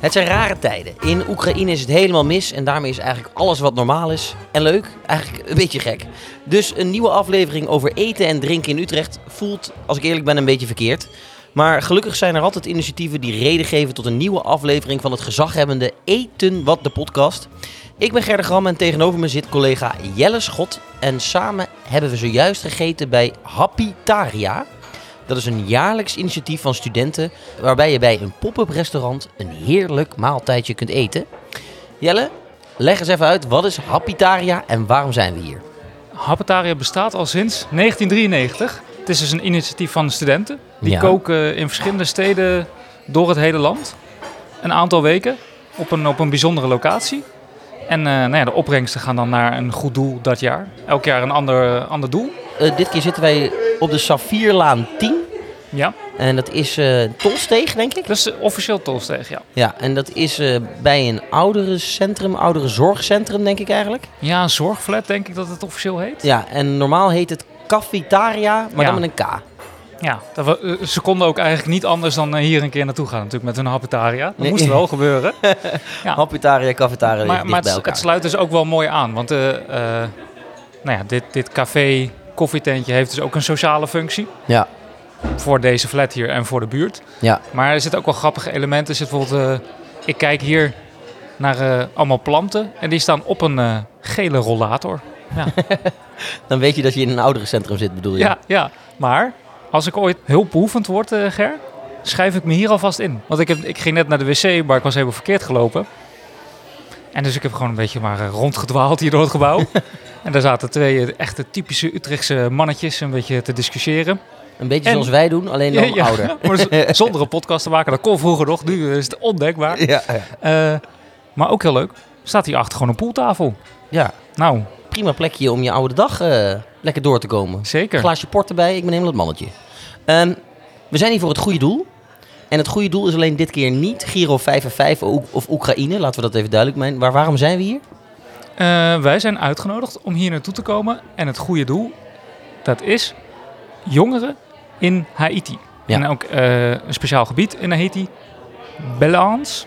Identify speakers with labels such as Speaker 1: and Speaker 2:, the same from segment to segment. Speaker 1: Het zijn rare tijden. In Oekraïne is het helemaal mis en daarmee is eigenlijk alles wat normaal is en leuk eigenlijk een beetje gek. Dus een nieuwe aflevering over eten en drinken in Utrecht voelt, als ik eerlijk ben, een beetje verkeerd. Maar gelukkig zijn er altijd initiatieven die reden geven tot een nieuwe aflevering van het gezaghebbende Eten Wat de Podcast. Ik ben Gerda Gram en tegenover me zit collega Jelle Schot. En samen hebben we zojuist gegeten bij Happitaria. Dat is een jaarlijks initiatief van studenten waarbij je bij een pop-up restaurant een heerlijk maaltijdje kunt eten. Jelle, leg eens even uit, wat is Happitaria en waarom zijn we hier?
Speaker 2: Hapataria bestaat al sinds 1993. Het is dus een initiatief van de studenten. Die
Speaker 1: Ja.
Speaker 2: koken in verschillende steden door het hele land. Een aantal weken op een, op een bijzondere locatie. En eh, nou ja, de opbrengsten gaan dan naar een goed doel dat jaar. Elk jaar een ander, ander doel.
Speaker 1: Eh, dit keer zitten wij op de Saffierlaan 10.
Speaker 2: Ja,
Speaker 1: En dat is eh Tolsteeg, denk ik.
Speaker 2: dat is officieel Tolsteeg, ja.
Speaker 1: Ja, en dat is eh, bij een ouderencentrum, ouderenzorgcentrum, denk ik eigenlijk.
Speaker 2: Ja, een zorgflat denk ik dat het officieel heet.
Speaker 1: Ja, en normaal heet het Cafetaria, maar
Speaker 2: Ja.
Speaker 1: dan met een K.
Speaker 2: Ja, dat we, eh, ze konden ook eigenlijk niet anders dan eh, hier een keer naartoe gaan natuurlijk met hun Hapataria. Dat
Speaker 1: Nee.
Speaker 2: moest wel gebeuren. Ja.
Speaker 1: Happitaria, Cafetaria, ligt
Speaker 2: Maar,
Speaker 1: dicht
Speaker 2: maar
Speaker 1: bij
Speaker 2: het,
Speaker 1: elkaar.
Speaker 2: het sluit dus ook wel mooi aan. Want eh, eh, nou ja, dit, dit café, koffietentje heeft dus ook een sociale functie.
Speaker 1: Ja.
Speaker 2: Voor deze flat hier en voor de buurt.
Speaker 1: Ja.
Speaker 2: Maar er zitten ook wel grappige elementen. Er zit bijvoorbeeld, eh, ik kijk hier naar eh, allemaal planten. En die staan op een eh, gele rollator.
Speaker 1: Dan weet je dat je in een ouderencentrum zit, bedoel je?
Speaker 2: Ja, ja. Maar als ik ooit hulpbehoevend word, eh, Ger, schrijf ik me hier alvast in. Want ik, heb, ik ging net naar de wc, maar ik was helemaal verkeerd gelopen. En dus ik heb gewoon een beetje maar eh, rondgedwaald hier door het gebouw. en daar zaten twee eh, echte typische Utrechtse mannetjes een beetje te discussiëren.
Speaker 1: Een beetje
Speaker 2: En-
Speaker 1: zoals wij doen, alleen dan ouder.
Speaker 2: maar z- zonder een podcast te maken, dat kon vroeger nog. Nu eh, is het ondenkbaar.
Speaker 1: Ja,
Speaker 2: Eh, maar ook heel leuk, staat hier achter gewoon een poeltafel.
Speaker 1: ja.
Speaker 2: Nou,
Speaker 1: Prima plekje om je oude dag eh, lekker door te komen.
Speaker 2: zeker.
Speaker 1: glaasje port erbij, ik ben helemaal het mannetje. Ehm, we zijn hier voor het goede doel. En het goede doel is alleen dit keer niet Giro 5 en 5 o- of Oekraïne. Laten we dat even duidelijk maken. Maar waarom zijn we hier?
Speaker 2: Eh, wij zijn uitgenodigd om hier naartoe te komen. En het goede doel, dat is jongeren in Haiti.
Speaker 1: Ja.
Speaker 2: En ook eh, een speciaal gebied in Haiti. Belans.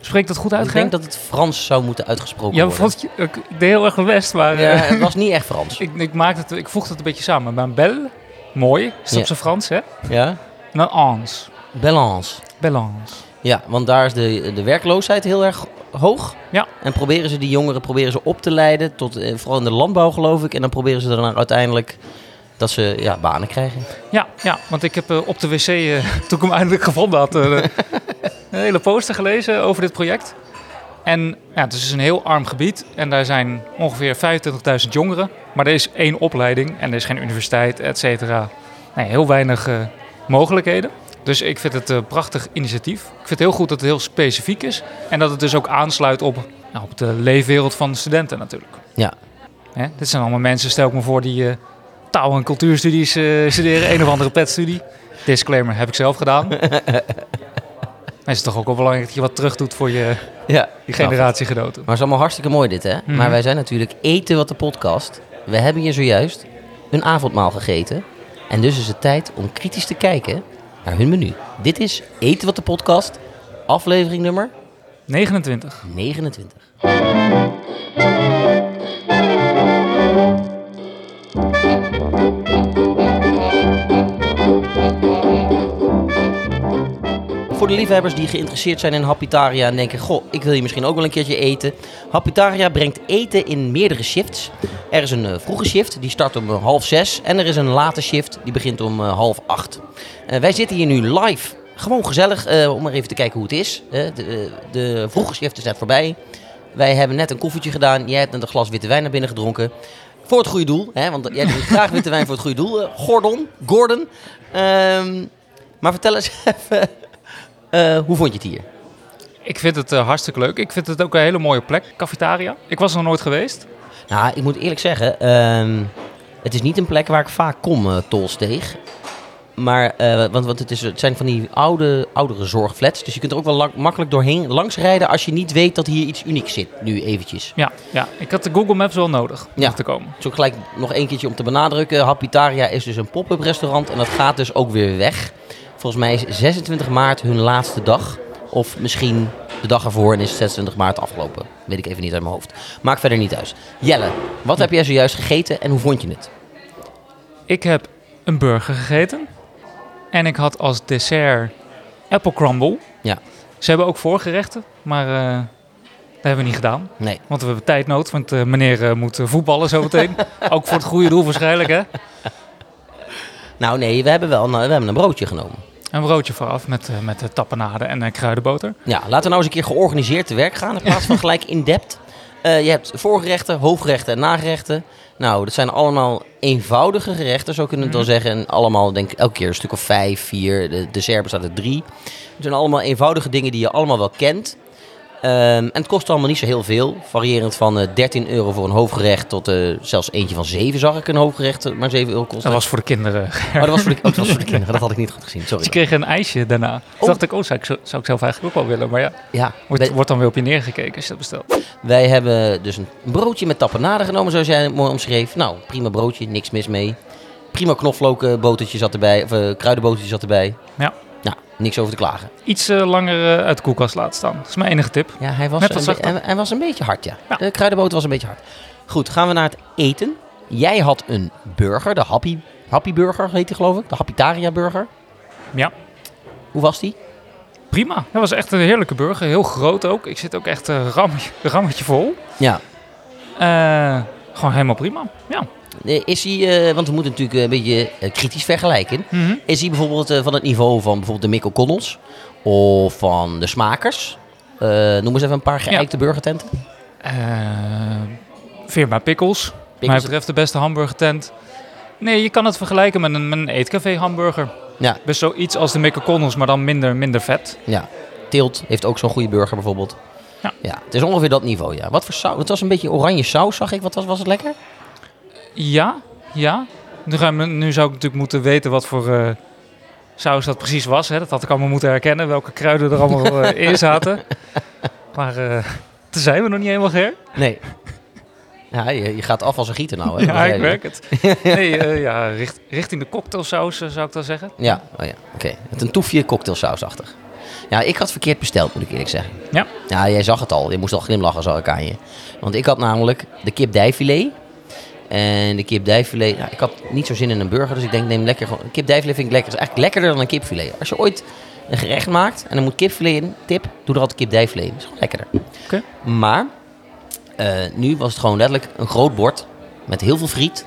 Speaker 2: Spreek ik dat goed uit,
Speaker 1: ik
Speaker 2: Ger?
Speaker 1: denk dat het Frans zou moeten uitgesproken
Speaker 2: Ja,
Speaker 1: worden.
Speaker 2: vond je- ik ik deed heel erg mijn best, maar
Speaker 1: Ja,
Speaker 2: eh,
Speaker 1: het was niet echt Frans.
Speaker 2: ik, ik, maakte het, ik voegde het een beetje samen. Maar bel, mooi, is dat
Speaker 1: Ja.
Speaker 2: op zijn Frans, hè?
Speaker 1: Ja?
Speaker 2: En dan ans,
Speaker 1: Balance.
Speaker 2: Belans.
Speaker 1: Ja, want daar is de, de werkloosheid heel erg hoog.
Speaker 2: Ja.
Speaker 1: En proberen ze die jongeren proberen ze op te leiden, tot, eh, vooral in de landbouw geloof ik. En dan proberen ze daarna uiteindelijk dat ze ja, banen krijgen.
Speaker 2: Ja, ja, want ik heb eh, op de wc, eh, toen ik hem eindelijk gevonden had, eh, een hele poster gelezen over dit project. En ja, het is dus een heel arm gebied en daar zijn ongeveer 25.000 jongeren. Maar er is één opleiding en er is geen universiteit, et cetera. Nee, heel weinig eh, mogelijkheden. Dus ik vind het een prachtig initiatief. Ik vind het heel goed dat het heel specifiek is. En dat het dus ook aansluit op, nou, op de leefwereld van studenten natuurlijk.
Speaker 1: Ja.
Speaker 2: Hè, dit zijn allemaal mensen, stel ik me voor, die eh, taal- en cultuurstudies eh, studeren. Een of andere petstudie. Disclaimer, heb ik zelf gedaan. Maar het is toch ook wel belangrijk dat je wat terug doet voor je
Speaker 1: Ja,
Speaker 2: je generatiegenoten.
Speaker 1: Nou, Maar het is allemaal hartstikke mooi dit, hè?
Speaker 2: Mhm.
Speaker 1: Maar wij zijn natuurlijk eten wat de podcast. We hebben hier zojuist een avondmaal gegeten. En dus is het tijd om kritisch te kijken naar hun menu. Dit is Eten wat de podcast, aflevering nummer
Speaker 2: 29.
Speaker 1: 29. Voor de liefhebbers die geïnteresseerd zijn in Happitaria en denken: Goh, ik wil hier misschien ook wel een keertje eten. Happitaria brengt eten in meerdere shifts. Er is een eh, vroege shift, die start om eh, half zes. En er is een late shift, die begint om eh, half acht. Eh, wij zitten hier nu live. Gewoon gezellig eh, om maar even te kijken hoe het is. Eh, de, eh, de vroege shift is net voorbij. Wij hebben net een koffietje gedaan. Jij hebt net een glas witte wijn naar binnen gedronken. Voor het goede doel, hè? want jij drinkt graag witte wijn voor het goede doel. Eh, Gordon, Gordon. Ehm, maar vertel eens even, eh, hoe vond je het hier?
Speaker 2: Ik vind het eh, hartstikke leuk. Ik vind het ook een hele mooie plek, cafetaria. Ik was er nog nooit geweest.
Speaker 1: Nou, ik moet eerlijk zeggen, ehm, het is niet een plek waar ik vaak kom, eh, Tolsteeg. Maar, eh, want, want het, is, het zijn van die oude, oudere zorgflats. Dus je kunt er ook wel lang- makkelijk doorheen langs rijden als je niet weet dat hier iets unieks zit, nu eventjes.
Speaker 2: Ja, ja. ik had de Google Maps wel nodig om
Speaker 1: Ja.
Speaker 2: te komen.
Speaker 1: Zo gelijk nog een keertje om te benadrukken. Happitaria is dus een pop-up restaurant en dat gaat dus ook weer weg. Volgens mij is 26 maart hun laatste dag. Of misschien de dag ervoor en is 26 maart afgelopen. Weet ik even niet uit mijn hoofd. Maakt verder niet uit. Jelle, wat heb jij zojuist gegeten en hoe vond je het?
Speaker 2: Ik heb een burger gegeten. En ik had als dessert apple crumble.
Speaker 1: Ja.
Speaker 2: Ze hebben ook voorgerechten, maar eh, dat hebben we niet gedaan.
Speaker 1: Nee.
Speaker 2: Want we hebben tijdnood, want eh, meneer eh, moet eh, voetballen zometeen. ook voor het goede doel waarschijnlijk, hè?
Speaker 1: Nou nee, we hebben wel nou, we hebben een broodje genomen.
Speaker 2: Een broodje vooraf met, eh, met eh, tappenade en eh, kruidenboter.
Speaker 1: Ja, laten we nou eens een keer georganiseerd te werk gaan in plaats van gelijk in dept. Eh, je hebt voorgerechten, hoofdgerechten en nagerechten. Nou, dat zijn allemaal eenvoudige gerechten, zo kunnen we het wel zeggen. En allemaal, denk ik, elke keer een stuk of vijf, vier. De dessert bestaat uit drie. Het zijn allemaal eenvoudige dingen die je allemaal wel kent. Ehm, en het kost allemaal niet zo heel veel. Variërend van eh, 13 euro voor een hoofdgerecht tot eh, zelfs eentje van 7 zag ik een hoofdgerecht. eh, Maar 7 euro kost.
Speaker 2: Dat was voor de kinderen.
Speaker 1: Oh, dat was voor de, oh, dat was voor de kinderen. Dat had ik niet goed gezien. Sorry.
Speaker 2: Ze kregen een ijsje daarna. Toen
Speaker 1: Oh.
Speaker 2: dacht ik, oh, zou ik, zo- zou ik zelf eigenlijk ook wel willen. Maar ja,
Speaker 1: Ja,
Speaker 2: wordt,
Speaker 1: wij-
Speaker 2: wordt dan weer op je neergekeken als je dat bestelt.
Speaker 1: Wij hebben dus een broodje met tapenade genomen, zoals jij het mooi omschreef. Nou, prima broodje, niks mis mee. Prima knoflookbotertje zat erbij, of eh, kruidenbotertje zat erbij.
Speaker 2: Ja.
Speaker 1: Nou, niks over te klagen.
Speaker 2: Iets eh, langer eh, uit de koelkast laten staan. Dat is mijn enige tip.
Speaker 1: Ja, hij was,
Speaker 2: Net wat
Speaker 1: een, be-
Speaker 2: zachter.
Speaker 1: hij, hij was een beetje hard, ja.
Speaker 2: Ja.
Speaker 1: De kruidenboter was een beetje hard. Goed, gaan we naar het eten. Jij had een burger, de Happy, happy Burger heet die geloof ik. De Happitaria Burger.
Speaker 2: Ja.
Speaker 1: Hoe was die?
Speaker 2: Prima. Dat was echt een heerlijke burger. Heel groot ook. Ik zit ook echt eh, rammetje, rammetje vol.
Speaker 1: Ja.
Speaker 2: Eh, gewoon helemaal prima. Ja.
Speaker 1: Is hij, eh, want we moeten natuurlijk een beetje eh, kritisch vergelijken.
Speaker 2: Mhm.
Speaker 1: Is hij bijvoorbeeld eh, van het niveau van bijvoorbeeld de Mick O'Connell's of van de Smakers? Eh, noem eens even een paar geëikte burgertenten.
Speaker 2: Eh, Firma Pickles. Wat mij
Speaker 1: Pickles-
Speaker 2: betreft de beste hamburgertent. Nee, je kan het vergelijken met een, met een eetcafé hamburger.
Speaker 1: Ja.
Speaker 2: Dus zoiets als de McConnell's, maar dan minder, minder vet.
Speaker 1: Ja, Tilt heeft ook zo'n goede burger bijvoorbeeld.
Speaker 2: Ja.
Speaker 1: het is ongeveer dat niveau, ja. Wat voor saus? Het was een beetje oranje saus, zag ik. Wat was, was het lekker?
Speaker 2: Ja, ja. Nu, ga ik me- nu zou ik natuurlijk moeten weten wat voor eh, saus dat precies was. Hè. Dat had ik allemaal moeten herkennen. Welke kruiden er allemaal eh, in zaten. Maar eh daar zijn we nog niet helemaal, Ger.
Speaker 1: Nee. Ja, je, je gaat af als een gieter nou, hè. Dat
Speaker 2: Ja,
Speaker 1: was
Speaker 2: ik
Speaker 1: jij,
Speaker 2: merk het. Nee, eh, ja, richt- richting de cocktailsaus eh, zou ik dan zeggen.
Speaker 1: hè? Ja, oh ja. oké. Met een toefje cocktailsausachtig. Ja, ik had verkeerd besteld, moet ik eerlijk zeggen.
Speaker 2: Ja.
Speaker 1: Ja, jij zag het al. Je moest al glimlachen, zag ik aan je. Want ik had namelijk de kip dijfilet. En de kip dijfilet... Nou, ik had niet zo zin in een burger, dus ik denk neem lekker gewoon... Kip dijfilet vind ik lekker. Het is eigenlijk lekkerder dan een kipfilet. Als je ooit een gerecht maakt en er moet kipfilet in, tip, doe er altijd kip dijfilet in. Dat is gewoon lekkerder.
Speaker 2: Oké.
Speaker 1: Maar eh, nu was het gewoon letterlijk een groot bord met heel veel friet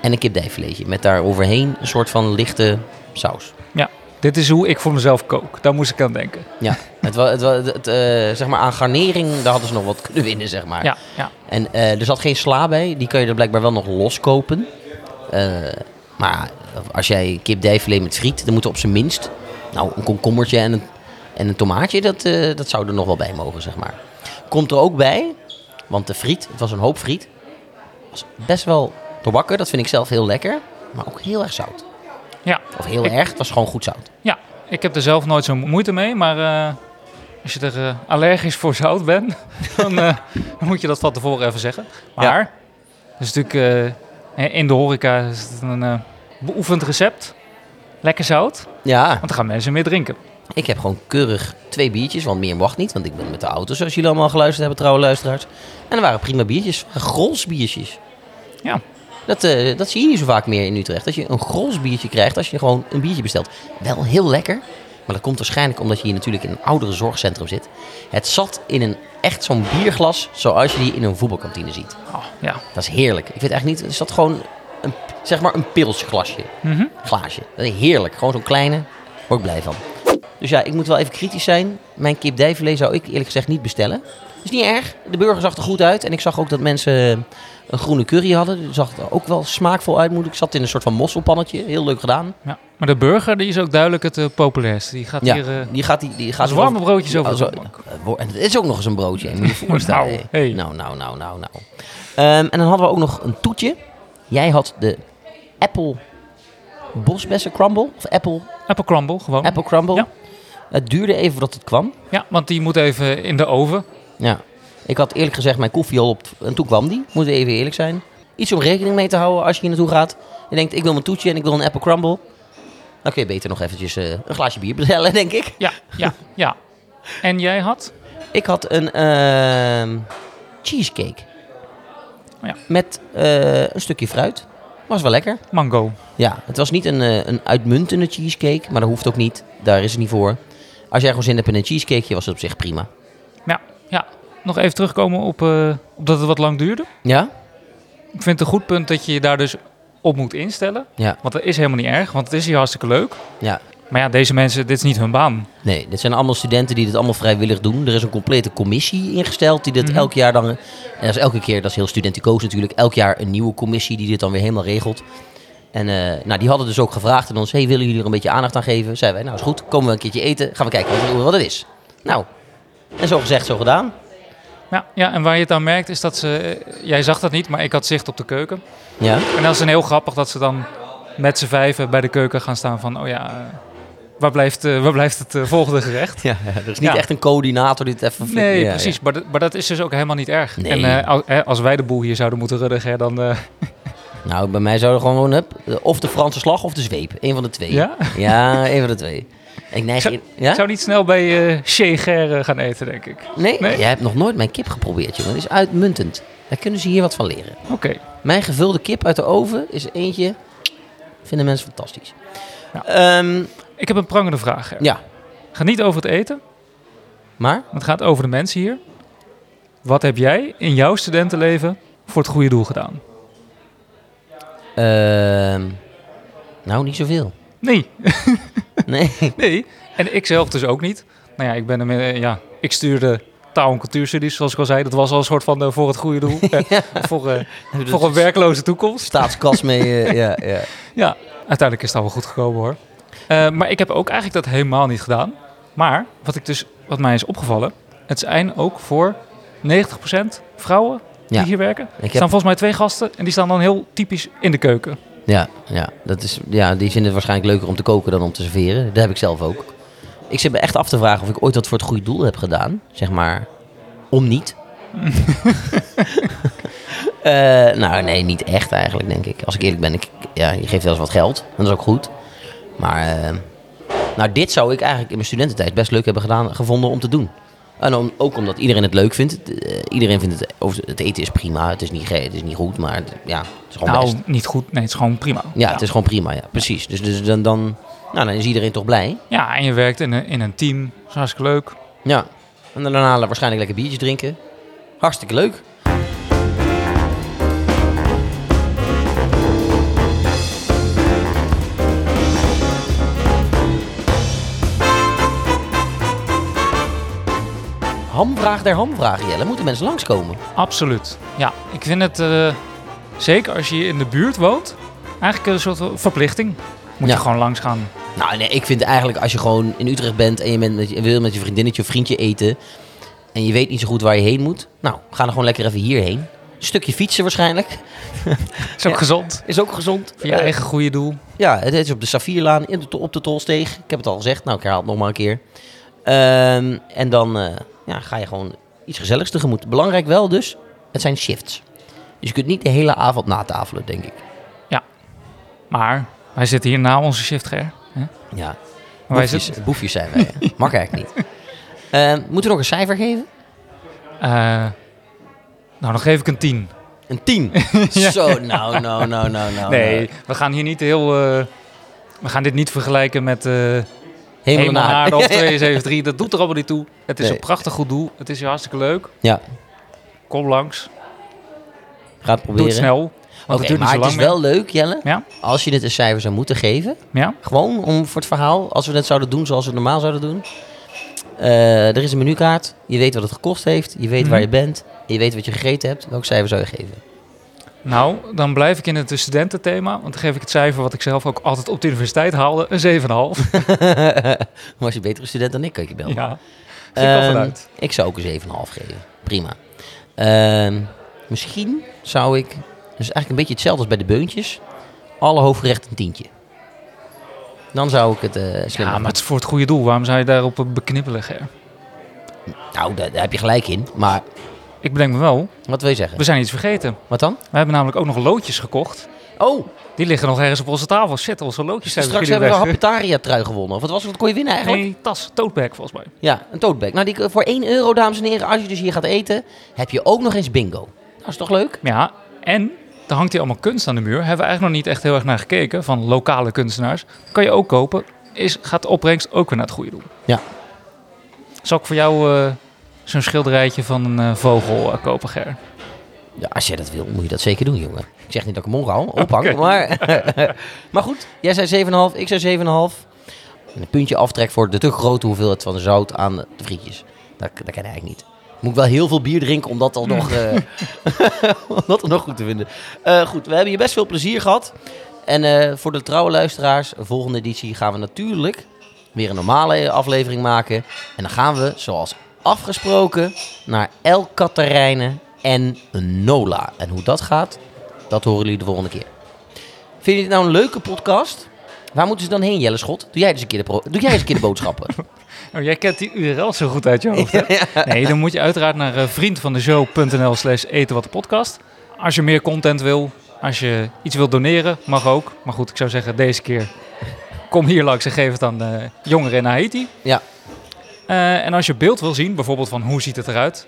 Speaker 1: en een kip dijfiletje. Met daar overheen een soort van lichte saus.
Speaker 2: Ja, dit is hoe ik voor mezelf kook. Daar moest ik aan denken.
Speaker 1: Ja, het, wa- het, wa- het, eh, zeg maar aan garnering, daar hadden ze nog wat kunnen winnen, zeg maar.
Speaker 2: Ja, ja.
Speaker 1: En eh, er zat geen sla bij, die kan je er blijkbaar wel nog loskopen. Eh maar als jij kip dijfilet met friet, dan moet er op zijn minst nou, een komkommertje en een, en een tomaatje, dat, eh, dat zou er nog wel bij mogen, zeg maar. Komt er ook bij, want de friet, het was een hoop friet, was best wel doorbakken, dat vind ik zelf heel lekker, maar ook heel erg zout.
Speaker 2: Ja.
Speaker 1: Of heel
Speaker 2: Ik-
Speaker 1: erg, het was gewoon goed zout.
Speaker 2: ja, ik heb er zelf nooit zo moeite mee, maar eh, als je er eh, allergisch voor zout bent, dan eh, dan moet je dat van tevoren even zeggen. Maar, dat is natuurlijk eh, hè, in de horeca is het een eh, beoefend recept. Lekker zout,
Speaker 1: Ja,
Speaker 2: want dan gaan mensen meer drinken.
Speaker 1: Ik heb gewoon keurig twee biertjes, want meer mag niet. Want ik ben met de auto, zoals jullie allemaal geluisterd hebben, trouwe luisteraars. En er waren prima biertjes, grols biertjes.
Speaker 2: Ja.
Speaker 1: Dat, eh, dat zie je niet zo vaak meer in Utrecht. Dat je een grols biertje krijgt als je gewoon een biertje bestelt. Wel heel lekker, maar dat komt waarschijnlijk omdat je hier natuurlijk in een oudere zorgcentrum zit. Het zat in een echt zo'n bierglas zoals je die in een voetbalkantine ziet.
Speaker 2: Oh, ja.
Speaker 1: Dat is heerlijk. Ik weet eigenlijk niet, is dat gewoon een, zeg maar een pilsglasje?
Speaker 2: Mhm.
Speaker 1: glaasje. Dat is heerlijk. Gewoon zo'n kleine. Word ik blij van. Dus ja, ik moet wel even kritisch zijn. Mijn kip dijfilet zou ik eerlijk gezegd niet bestellen. Is niet erg. De burger zag er goed uit. En ik zag ook dat mensen een groene curry hadden. Dat zag er ook wel smaakvol uit. moet Ik zat in een soort van mosselpannetje. Heel leuk gedaan.
Speaker 2: ja. Maar de burger die is ook duidelijk het eh, populairste. Die gaat
Speaker 1: Ja,
Speaker 2: hier eh
Speaker 1: die gaat... Die, die gaat
Speaker 2: als warme broodjes
Speaker 1: Ja,
Speaker 2: over
Speaker 1: zo-
Speaker 2: de bank.
Speaker 1: eh, wo- En het is ook nog eens een broodje. Moet je je voorstellen.
Speaker 2: Nou,
Speaker 1: hè.
Speaker 2: hey.
Speaker 1: nou, nou, nou, nou, nou. Ehm, en dan hadden we ook nog een toetje. Jij had de apple bosbessen crumble. Of apple
Speaker 2: Apple crumble, gewoon.
Speaker 1: Apple Crumble.
Speaker 2: Ja.
Speaker 1: Het duurde even voordat het kwam.
Speaker 2: Ja, want die moet even in de oven.
Speaker 1: Ja. Ik had eerlijk gezegd mijn koffie al op. En toen kwam die. Moeten we even eerlijk zijn. Iets om rekening mee te houden als je hier naartoe gaat. Je denkt, ik wil mijn toetje en ik wil een Apple Crumble. Dan kun je beter nog eventjes eh, een glaasje bier bestellen, denk ik.
Speaker 2: Ja, ja, ja. En jij had?
Speaker 1: Ik had een ehm, cheesecake.
Speaker 2: Oh ja.
Speaker 1: Met eh, een stukje fruit. Was wel lekker.
Speaker 2: Mango.
Speaker 1: Ja, het was niet een, eh, een uitmuntende cheesecake, maar dat hoeft ook niet. Daar is het niet voor. Als jij gewoon zin hebt in een cheesecakeje, was het op zich prima.
Speaker 2: Ja, ja. Nog even terugkomen op, eh, op dat het wat lang duurde.
Speaker 1: Ja?
Speaker 2: Ik vind het een goed punt dat je je daar dus op moet instellen.
Speaker 1: Ja.
Speaker 2: Want dat is helemaal niet erg, want het is hier hartstikke leuk.
Speaker 1: Ja.
Speaker 2: Maar ja, deze mensen, dit is niet hun baan.
Speaker 1: Nee, dit zijn allemaal studenten die dit allemaal vrijwillig doen. Er is een complete commissie ingesteld die dit
Speaker 2: Mhm.
Speaker 1: elk jaar dan... En dat is elke keer, dat is heel studenticoos natuurlijk, elk jaar een nieuwe commissie die dit dan weer helemaal regelt. En eh, nou, die hadden dus ook gevraagd aan ons, hey, willen jullie er een beetje aandacht aan geven? Zeiden wij, nou is goed, komen we een keertje eten, gaan we kijken wat, wat het is. Nou, en zo gezegd, zo gedaan.
Speaker 2: Ja, ja, en waar je het aan merkt is dat ze... eh, Jij zag dat niet, maar ik had zicht op de keuken.
Speaker 1: Ja,
Speaker 2: En dat is dan heel grappig dat ze dan met z'n vijven bij de keuken gaan staan van... Oh ja, eh, waar blijft, eh, waar blijft het eh, volgende gerecht?
Speaker 1: ja er is niet
Speaker 2: Ja.
Speaker 1: echt een coördinator die het even... flikt.
Speaker 2: Nee,
Speaker 1: Ja, ja.
Speaker 2: precies. Maar, dat, maar dat is dus ook helemaal niet erg.
Speaker 1: Nee.
Speaker 2: En eh, al- hè, als wij de boel hier zouden moeten ruddigen, dan... eh,
Speaker 1: Nou, bij mij zouden gewoon hup, eh, of de Franse slag of de zweep. Eén van de twee.
Speaker 2: ja?
Speaker 1: Ja, één van de twee. Ik neig
Speaker 2: Zou-
Speaker 1: in- ja?
Speaker 2: Ik zou niet snel bij eh Chez Ger, eh, gaan eten, denk ik.
Speaker 1: Nee?
Speaker 2: Nee?
Speaker 1: jij hebt nog nooit mijn kip geprobeerd, jongen. Het is uitmuntend. Daar kunnen ze hier wat van leren.
Speaker 2: Oké.
Speaker 1: Mijn gevulde kip uit de oven is eentje... Vinden mensen fantastisch.
Speaker 2: Ja.
Speaker 1: Ehm,
Speaker 2: Ik heb een prangende vraag. Ger.
Speaker 1: ja.
Speaker 2: Het gaat niet over het eten,
Speaker 1: maar
Speaker 2: want het gaat over de mensen hier. Wat heb jij in jouw studentenleven voor het goede doel gedaan?
Speaker 1: ehm, nou, niet zoveel.
Speaker 2: Nee,
Speaker 1: Nee.
Speaker 2: nee. En ik zelf dus ook niet. Nou ja, ik, ben, ermee- eh, ja, ik stuurde taal- en cultuurstudies, zoals ik al zei. Dat was al een soort van eh, voor het goede doel. Eh, voor, eh,
Speaker 1: dus
Speaker 2: voor een werkloze toekomst.
Speaker 1: Staatskas mee. eh, ja, ja.
Speaker 2: Ja, uiteindelijk is het al wel goed gekomen hoor. Eh, maar ik heb ook eigenlijk dat helemaal niet gedaan. Maar wat, ik dus, wat mij is opgevallen, het zijn ook voor 90% vrouwen die
Speaker 1: Ja.
Speaker 2: hier werken.
Speaker 1: Ik
Speaker 2: Er
Speaker 1: heb, Oh,
Speaker 2: staan volgens mij twee gasten en die staan dan heel typisch in de keuken.
Speaker 1: ja, ja, dat is, ja, die vinden het waarschijnlijk leuker om te koken dan om te serveren. Dat heb ik zelf ook. Ik zit me echt af te vragen of ik ooit wat voor het goede doel heb gedaan. Zeg maar, om niet. Eh, nou, nee, niet echt eigenlijk, denk ik. Als ik eerlijk ben, ik, ja, je geeft wel eens wat geld. En dat is ook goed. Maar, eh, nou, dit zou ik eigenlijk in mijn studententijd best leuk hebben gedaan, gevonden om te doen. En om- ook omdat iedereen het leuk vindt. Eh, iedereen vindt het, over- het eten is prima. Het is niet, ge- het is niet goed, maar het- ja, het is gewoon best.
Speaker 2: Nou, niet goed. Nee, het is gewoon prima.
Speaker 1: Ja, het is gewoon prima, ja, precies. Dus, dus dan, dan, nou, dan is iedereen toch blij.
Speaker 2: Ja, en je werkt in een, in een team. Dat is hartstikke leuk.
Speaker 1: Ja. En dan daarna waarschijnlijk lekker biertjes drinken. Hartstikke leuk. Hamvraag der hamvraag, Jelle. Moeten mensen langskomen?
Speaker 2: Absoluut. Ja, ik vind het, eh, zeker als je hier in de buurt woont, eigenlijk een soort van verplichting. Moet
Speaker 1: Ja.
Speaker 2: je gewoon langs gaan.
Speaker 1: Nou, nee, ik vind eigenlijk als je gewoon in Utrecht bent en je, bent met, je wil met je vriendinnetje of vriendje eten. en je weet niet zo goed waar je heen moet. Nou, ga dan gewoon lekker even hierheen. stukje fietsen waarschijnlijk.
Speaker 2: Is ook
Speaker 1: Ja.
Speaker 2: gezond.
Speaker 1: Is ook gezond.
Speaker 2: Voor je
Speaker 1: Eh,
Speaker 2: eigen goede doel.
Speaker 1: Ja, het is op de Saffierlaan, in de to- op de Tolsteeg. Ik heb het al gezegd, nou ik herhaal het nog maar een keer. Ehm, en dan eh, ja, ga je gewoon iets gezelligs tegemoet. Belangrijk wel dus, het zijn shifts. Dus je kunt niet de hele avond natafelen, denk ik.
Speaker 2: Maar wij zitten hier na onze shift, Ger.
Speaker 1: Ja,
Speaker 2: Maar wij
Speaker 1: boefjes,
Speaker 2: zitten,
Speaker 1: boefjes zijn wij. hè. Mag eigenlijk niet. Ehm, moeten we nog een cijfer geven?
Speaker 2: eh, nou, dan geef ik een 10.
Speaker 1: Een 10. Zo, nou, nou, nou, nou, nou.
Speaker 2: nee, we gaan hier niet heel... eh, we gaan dit niet vergelijken met eh
Speaker 1: helemaal
Speaker 2: Hemel en
Speaker 1: naar.
Speaker 2: Aarde of 273. Dat doet er allemaal niet toe. Het is
Speaker 1: Nee.
Speaker 2: een prachtig goed doel. Het is hier hartstikke leuk.
Speaker 1: Ja,
Speaker 2: Kom langs.
Speaker 1: ga het
Speaker 2: Doe
Speaker 1: proberen.
Speaker 2: het snel. Want
Speaker 1: Oké,
Speaker 2: het duurt niet
Speaker 1: maar
Speaker 2: zo
Speaker 1: het
Speaker 2: lang
Speaker 1: is wel leuk, Jelle.
Speaker 2: Ja.
Speaker 1: Als je dit een cijfer zou moeten geven,
Speaker 2: meer. Ja?
Speaker 1: Gewoon om voor het verhaal, als we het zouden doen zoals we het normaal zouden doen. Eh, er is een menukaart. Je weet wat het gekost heeft. Je weet
Speaker 2: Mhm.
Speaker 1: waar je bent. en Je weet wat je gegeten hebt. Welk cijfer zou je geven?
Speaker 2: Nou, dan blijf ik in het studententhema. Want dan geef ik het cijfer wat ik zelf ook altijd op de universiteit haalde. Een 7,5.
Speaker 1: Maar als je een betere student dan ik, kan ik je bellen.
Speaker 2: ja. Ging wel
Speaker 1: Ehm,
Speaker 2: vanuit.
Speaker 1: ik zou ook een 7,5 geven. Prima. Ehm, misschien zou ik... Dus eigenlijk een beetje hetzelfde als bij de beuntjes. Alle hoofdgerechten een tientje. Dan zou ik het eh slimmer
Speaker 2: ja,
Speaker 1: doen.
Speaker 2: maar het is voor het goede doel. Waarom zou je daarop eh, beknibbelen, Ger?
Speaker 1: Nou, daar, daar heb je gelijk in. Maar
Speaker 2: Ik bedenk me wel,
Speaker 1: wat wil je zeggen?
Speaker 2: we zijn iets vergeten.
Speaker 1: Wat dan?
Speaker 2: We hebben namelijk ook nog loodjes gekocht
Speaker 1: Oh,
Speaker 2: Die liggen nog ergens op onze tafel. Shit, onze loodjes zijn
Speaker 1: Dus straks
Speaker 2: jullie
Speaker 1: hebben we een
Speaker 2: weg.
Speaker 1: Hapetaria-trui gewonnen. Of wat was het? Wat kon je winnen eigenlijk?
Speaker 2: Nee, tas, toteback volgens mij.
Speaker 1: Ja, een tote bag. Nou, die, voor 1 euro, dames en heren, als je dus hier gaat eten, heb je ook nog eens bingo. Dat is toch leuk?
Speaker 2: Ja, en dan hangt hier allemaal kunst aan de muur. Hebben we eigenlijk nog niet echt heel erg naar gekeken van lokale kunstenaars. Kan je ook kopen. Is, gaat de opbrengst ook weer naar het goede doel.
Speaker 1: Ja.
Speaker 2: Zal ik voor jou eh, zo'n schilderijtje van een eh, vogel eh, kopen, Ger?
Speaker 1: Ja, als jij dat wil, moet je dat zeker doen, jongen. Ik zeg niet dat ik hem omhaal, ophang,
Speaker 2: Oké.
Speaker 1: maar... maar goed, jij zei 7,5, ik zei 7,5. En een puntje aftrek voor de te grote hoeveelheid van zout aan de frietjes. Dat, dat kan eigenlijk niet. Moet ik wel heel veel bier drinken om dat dan nog, eh, om dat dan nog goed te vinden. Eh, goed, we hebben hier best veel plezier gehad. En eh, voor de trouwe luisteraars, volgende editie gaan we natuurlijk weer een normale aflevering maken. En dan gaan we, zoals afgesproken, naar El Catarijne en een Nola. En hoe dat gaat, dat horen jullie de volgende keer. Vind je dit nou een leuke podcast? Waar moeten ze dan heen, Jelle Schot? Doe jij eens een keer de, pro- Doe jij eens een keer de boodschappen.
Speaker 2: Oh, jij kent die URL zo goed uit je hoofd, hè? Nee, dan moet je uiteraard naar eh, vriendvandeshow.nl slash eten wat de podcast. Als je meer content wil, als je iets wilt doneren, mag ook. Maar goed, ik zou zeggen, deze keer kom hier langs en geef het aan eh, jongeren in Haiti.
Speaker 1: ja,
Speaker 2: Eh, en als je beeld wil zien, bijvoorbeeld van hoe ziet het eruit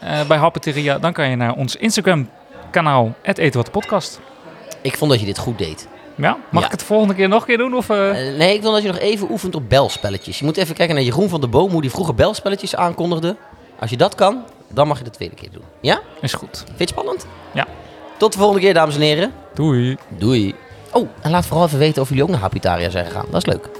Speaker 2: eh, bij Happeteria, dan kan je naar ons Instagram kanaal, het eten wat de podcast.
Speaker 1: ik vond dat je dit goed deed.
Speaker 2: Ja, mag
Speaker 1: Ja.
Speaker 2: ik het de volgende keer nog een keer doen? Of, eh?
Speaker 1: Eh, nee, ik wil dat je nog even oefent op belspelletjes. Je moet even kijken naar Jeroen van der Boom, hoe die vroeger belspelletjes aankondigde. Als je dat kan, dan mag je de tweede keer doen. Ja?
Speaker 2: Is goed.
Speaker 1: Vind je het spannend?
Speaker 2: Ja.
Speaker 1: Tot de volgende keer, dames en heren.
Speaker 2: Doei.
Speaker 1: Doei. Oh, en laat vooral even weten of jullie ook naar Hapitaria zijn gegaan. Dat is leuk.